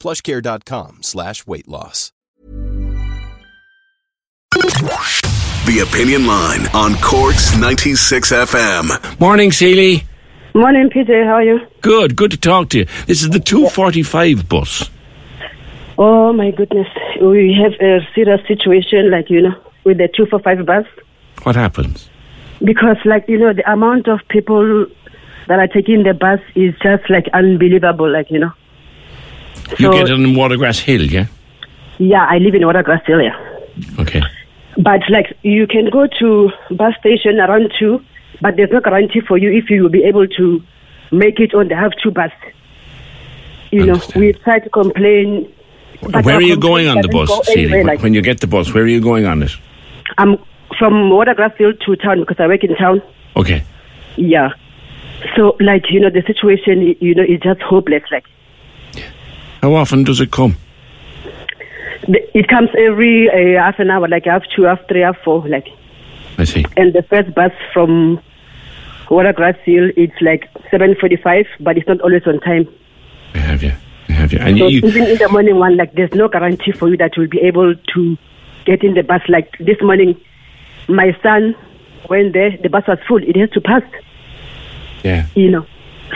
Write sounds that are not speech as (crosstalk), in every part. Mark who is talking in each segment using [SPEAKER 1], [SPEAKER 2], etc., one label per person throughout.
[SPEAKER 1] Plushcare.com slash weight loss.
[SPEAKER 2] The Opinion Line on Corks 96 FM.
[SPEAKER 3] Morning, Seely.
[SPEAKER 4] Morning, PJ. How are you?
[SPEAKER 3] Good, good to talk to you. This is the 245 bus.
[SPEAKER 4] Oh my goodness, we have a serious situation, like you know, with the two for five bus,
[SPEAKER 3] What happens?
[SPEAKER 4] because like you know, the amount of people that are taking the bus is just like unbelievable, like you know.
[SPEAKER 3] You
[SPEAKER 4] So-
[SPEAKER 3] get on Watergrass Hill, yeah?
[SPEAKER 4] Yeah, I live in Watergrass area,
[SPEAKER 3] Okay.
[SPEAKER 4] but like you can go to bus station around two, but there's no guarantee for you if you will be able to make it on the half two bus. You know,
[SPEAKER 3] Understand.
[SPEAKER 4] we try to complain. but
[SPEAKER 3] Where
[SPEAKER 4] our
[SPEAKER 3] are you going
[SPEAKER 4] complaint
[SPEAKER 3] on the
[SPEAKER 4] doesn't
[SPEAKER 3] bus,
[SPEAKER 4] go
[SPEAKER 3] Seely?
[SPEAKER 4] anywhere, like-
[SPEAKER 3] when you get the bus, where are you going on it?
[SPEAKER 4] I'm from Watergrass Field to town because I work in town.
[SPEAKER 3] Okay.
[SPEAKER 4] Yeah. So, like, you know, the situation, y- you know, is just hopeless. Like,
[SPEAKER 3] How often does it come?
[SPEAKER 4] the, it comes every uh, half an hour, like half two, half three, half four, like.
[SPEAKER 3] I see.
[SPEAKER 4] And the first bus from Watergrass Hill, it's like 7.45, but it's not always on time.
[SPEAKER 3] I have you. I have you. And
[SPEAKER 4] So
[SPEAKER 3] you,
[SPEAKER 4] even in the morning one, like, there's no guarantee for you that you'll be able to get in the bus. Like, this morning, my son went there, the bus was full. It has to pass.
[SPEAKER 3] yeah.
[SPEAKER 4] you know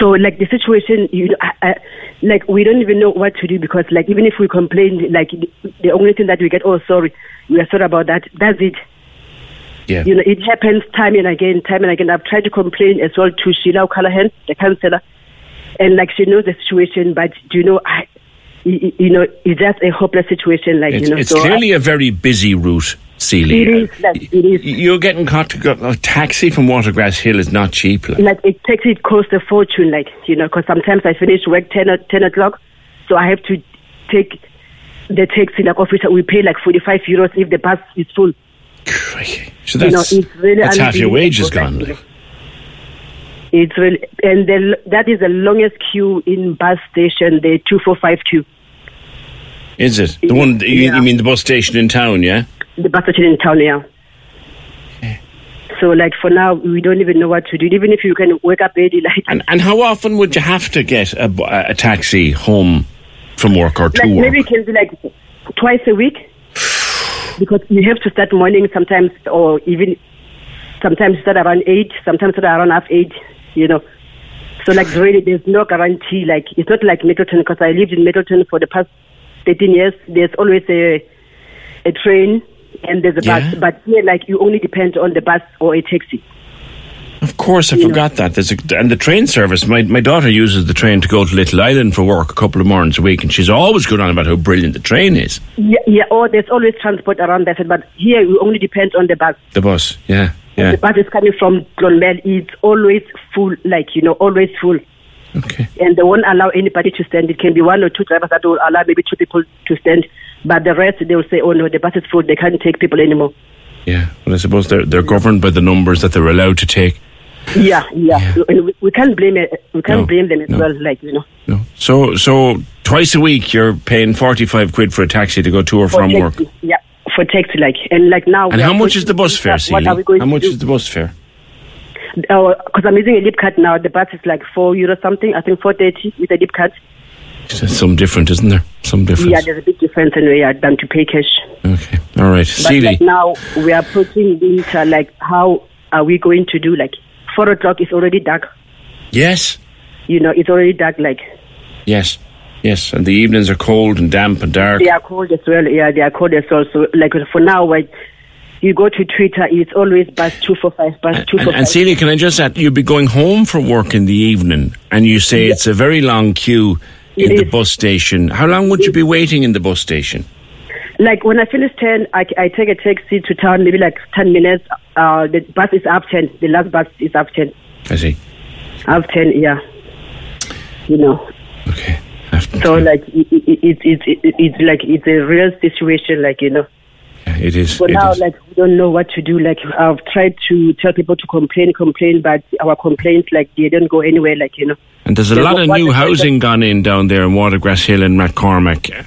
[SPEAKER 4] so like the situation you know, I, I, like we don't even know what to do because like even if we complain like the only thing that we get oh sorry we are sorry about that that's it
[SPEAKER 3] Yeah.
[SPEAKER 4] you know it happens time and again time and again i've tried to complain as well to sheila o'callaghan the counselor and like she knows the situation but you know i you, you know it's just a hopeless situation like
[SPEAKER 3] It's,
[SPEAKER 4] you know
[SPEAKER 3] it's
[SPEAKER 4] so I-
[SPEAKER 3] clearly a very busy route, Seely.
[SPEAKER 4] It is, like, it is.
[SPEAKER 3] You're getting caught to go. A taxi from Watergrass Hill is not cheap. Like.
[SPEAKER 4] like it takes it costs a fortune like you know because sometimes i finish work 10 o- 10 o'clock so i have to take the taxi like officer we pay like 45 euros if the bus is full
[SPEAKER 3] Crikey. So
[SPEAKER 4] You know,
[SPEAKER 3] that's,
[SPEAKER 4] it's really
[SPEAKER 3] that's half your
[SPEAKER 4] unbelievable,
[SPEAKER 3] wages
[SPEAKER 4] like,
[SPEAKER 3] gone.
[SPEAKER 4] you
[SPEAKER 3] Like.
[SPEAKER 4] know. it's really and the, l- that is the longest queue in bus station the 245 queue
[SPEAKER 3] Is it? The one, you,
[SPEAKER 4] Yeah.
[SPEAKER 3] you mean the bus station in town, yeah?
[SPEAKER 4] the bus station in town yeah
[SPEAKER 3] Eh.
[SPEAKER 4] so like for now we don't even know what to do even if you can wake up early (laughs) like
[SPEAKER 3] And and how often would you have to get a, bu- a taxi home from work or to
[SPEAKER 4] like
[SPEAKER 3] work?
[SPEAKER 4] maybe it can be like twice a week because you have to start morning sometimes or even sometimes start around eight sometimes start around half eight you know so like really there's no guarantee like it's not like middleton because i lived in middleton for the past 13 years there's always a a train and there's a
[SPEAKER 3] Yeah.
[SPEAKER 4] bus but here like you only depend on the bus or a taxi
[SPEAKER 3] Of course, I forgot that. There's a, and the train service. My my daughter uses the train to go to Little Island for work a couple of mornings a week, and she's always going on about how brilliant the train is.
[SPEAKER 4] yeah, yeah or there's always transport around that but here you only depend on the bus
[SPEAKER 3] The bus, yeah, yeah.
[SPEAKER 4] The bus is coming from Clonmel. It's always full, like, you know, always full.
[SPEAKER 3] Okay,
[SPEAKER 4] And they won't allow anybody to stand. It can be one or two drivers that will allow maybe two people to stand. But the rest, they will say, oh, no, the bus is full. They can't take people anymore.
[SPEAKER 3] yeah. Well, I suppose they're they're governed by the numbers that they're allowed to take.
[SPEAKER 4] Yeah, yeah. And we, we can't blame it. We can't
[SPEAKER 3] No,
[SPEAKER 4] blame them as
[SPEAKER 3] no.
[SPEAKER 4] well, like, you know.
[SPEAKER 3] No. So so twice a week you're paying forty five quid for a taxi to go to or
[SPEAKER 4] for
[SPEAKER 3] from work.
[SPEAKER 4] taxi. Yeah, for taxi, like. And like now...
[SPEAKER 3] And
[SPEAKER 4] we
[SPEAKER 3] how
[SPEAKER 4] are
[SPEAKER 3] much
[SPEAKER 4] going
[SPEAKER 3] is the
[SPEAKER 4] to
[SPEAKER 3] bus
[SPEAKER 4] Egypt,
[SPEAKER 3] fare,
[SPEAKER 4] What
[SPEAKER 3] Celia?
[SPEAKER 4] are we going
[SPEAKER 3] How much
[SPEAKER 4] to
[SPEAKER 3] is the bus fare?
[SPEAKER 4] Because I'm using a lip card now. The bus is like 4 euro something. I think 4.30 with a lip card.
[SPEAKER 3] Some different, isn't there? Some difference.
[SPEAKER 4] Yeah, there's a big difference anyway uh, than to pay cash.
[SPEAKER 3] Okay. All right.
[SPEAKER 4] But
[SPEAKER 3] Seely.
[SPEAKER 4] like now we are approaching winter. Like, how are we going to do? Like, four o'clock is already dark.
[SPEAKER 3] Yes.
[SPEAKER 4] You know, it's already dark. Like,
[SPEAKER 3] Yes. Yes. And the evenings are cold and damp and dark.
[SPEAKER 4] they are cold as well. Yeah, they are cold as well. So, like, for now, like, you go to Twitter, it's always bus two four five, bus two
[SPEAKER 3] And,
[SPEAKER 4] four
[SPEAKER 3] and
[SPEAKER 4] five.
[SPEAKER 3] Celia, can I just add, you'd be going home from work in the evening and you say it's a very long queue in
[SPEAKER 4] It
[SPEAKER 3] the
[SPEAKER 4] is.
[SPEAKER 3] bus station. How long would you be waiting in the bus station?
[SPEAKER 4] Like, when I finish ten, I, I take a taxi to town. Maybe like ten minutes. Uh, the bus is up ten. The last bus is up ten.
[SPEAKER 3] I see.
[SPEAKER 4] Up ten. Yeah. You know.
[SPEAKER 3] Okay.
[SPEAKER 4] So like it, it, it, it, it's like it's a real situation, like you know.
[SPEAKER 3] Yeah, it is.
[SPEAKER 4] So
[SPEAKER 3] it
[SPEAKER 4] now,
[SPEAKER 3] is.
[SPEAKER 4] like we don't know what to do. Like I've tried to tell people to complain, complain, but our complaints, like they don't go anywhere. Like you know.
[SPEAKER 3] and there's a
[SPEAKER 4] there's
[SPEAKER 3] lot of
[SPEAKER 4] one-
[SPEAKER 3] new housing gone in down there in Watergrass Hill and McCormack.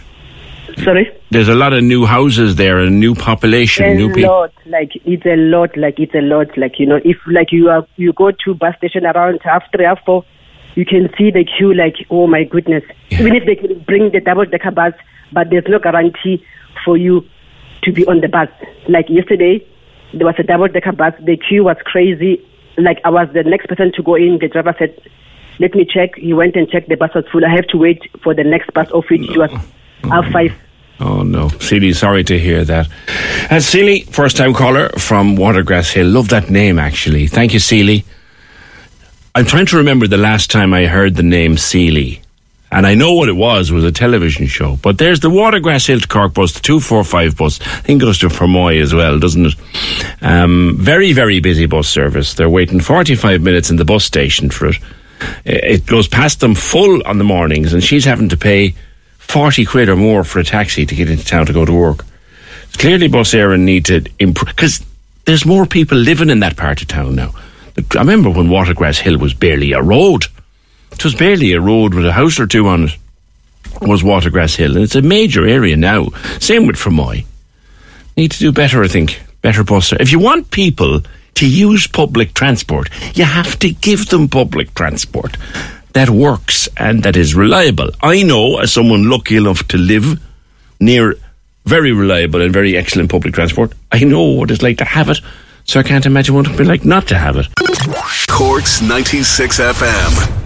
[SPEAKER 4] Sorry.
[SPEAKER 3] There's a lot of new houses there and new population, new
[SPEAKER 4] a
[SPEAKER 3] people.
[SPEAKER 4] lot, like it's a lot, like it's a lot, like you know, if like you are you go to bus station around half three, half four, you can see the queue. Like oh my goodness, even if they can bring the double decker bus, but there's no guarantee for you to be on the bus. Like yesterday, there was a double decker bus. The queue was crazy. Like I was the next person to go in. The driver said, "Let me check." He went and checked. The bus was full. I have to wait for the next bus, of which was half five.
[SPEAKER 3] Oh no, Celie, sorry to hear that. Uh, Celie, first time caller from Watergrass Hill. Love that name, actually. Thank you, Celie. I'm trying to remember the last time I heard the name Seeley. And I know what it was, was a television show. But there's the Watergrass Hill to Cork bus, the 245 bus. I think it goes to Fermoy as well, doesn't it? Um, very, very busy bus service. They're waiting 45 minutes in the bus station for it. I- It goes past them full on the mornings, and she's having to pay 40 quid or more for a taxi to get into town to go to work. Clearly, Bus Aaron need to improve because there's more people living in that part of town now. I remember when Watergrass Hill was barely a road. It was barely a road with a house or two on it. Was Watergrass Hill, and it's a major area now. Same with Fermoy. Need to do better, I think. Better bus. ser- If you want people to use public transport, you have to give them public transport that works and that is reliable. I know, as someone lucky enough to live near very reliable and very excellent public transport. I know what it's like to have it, so I can't imagine what it would be like not to have it.
[SPEAKER 2] Corks 96 FM.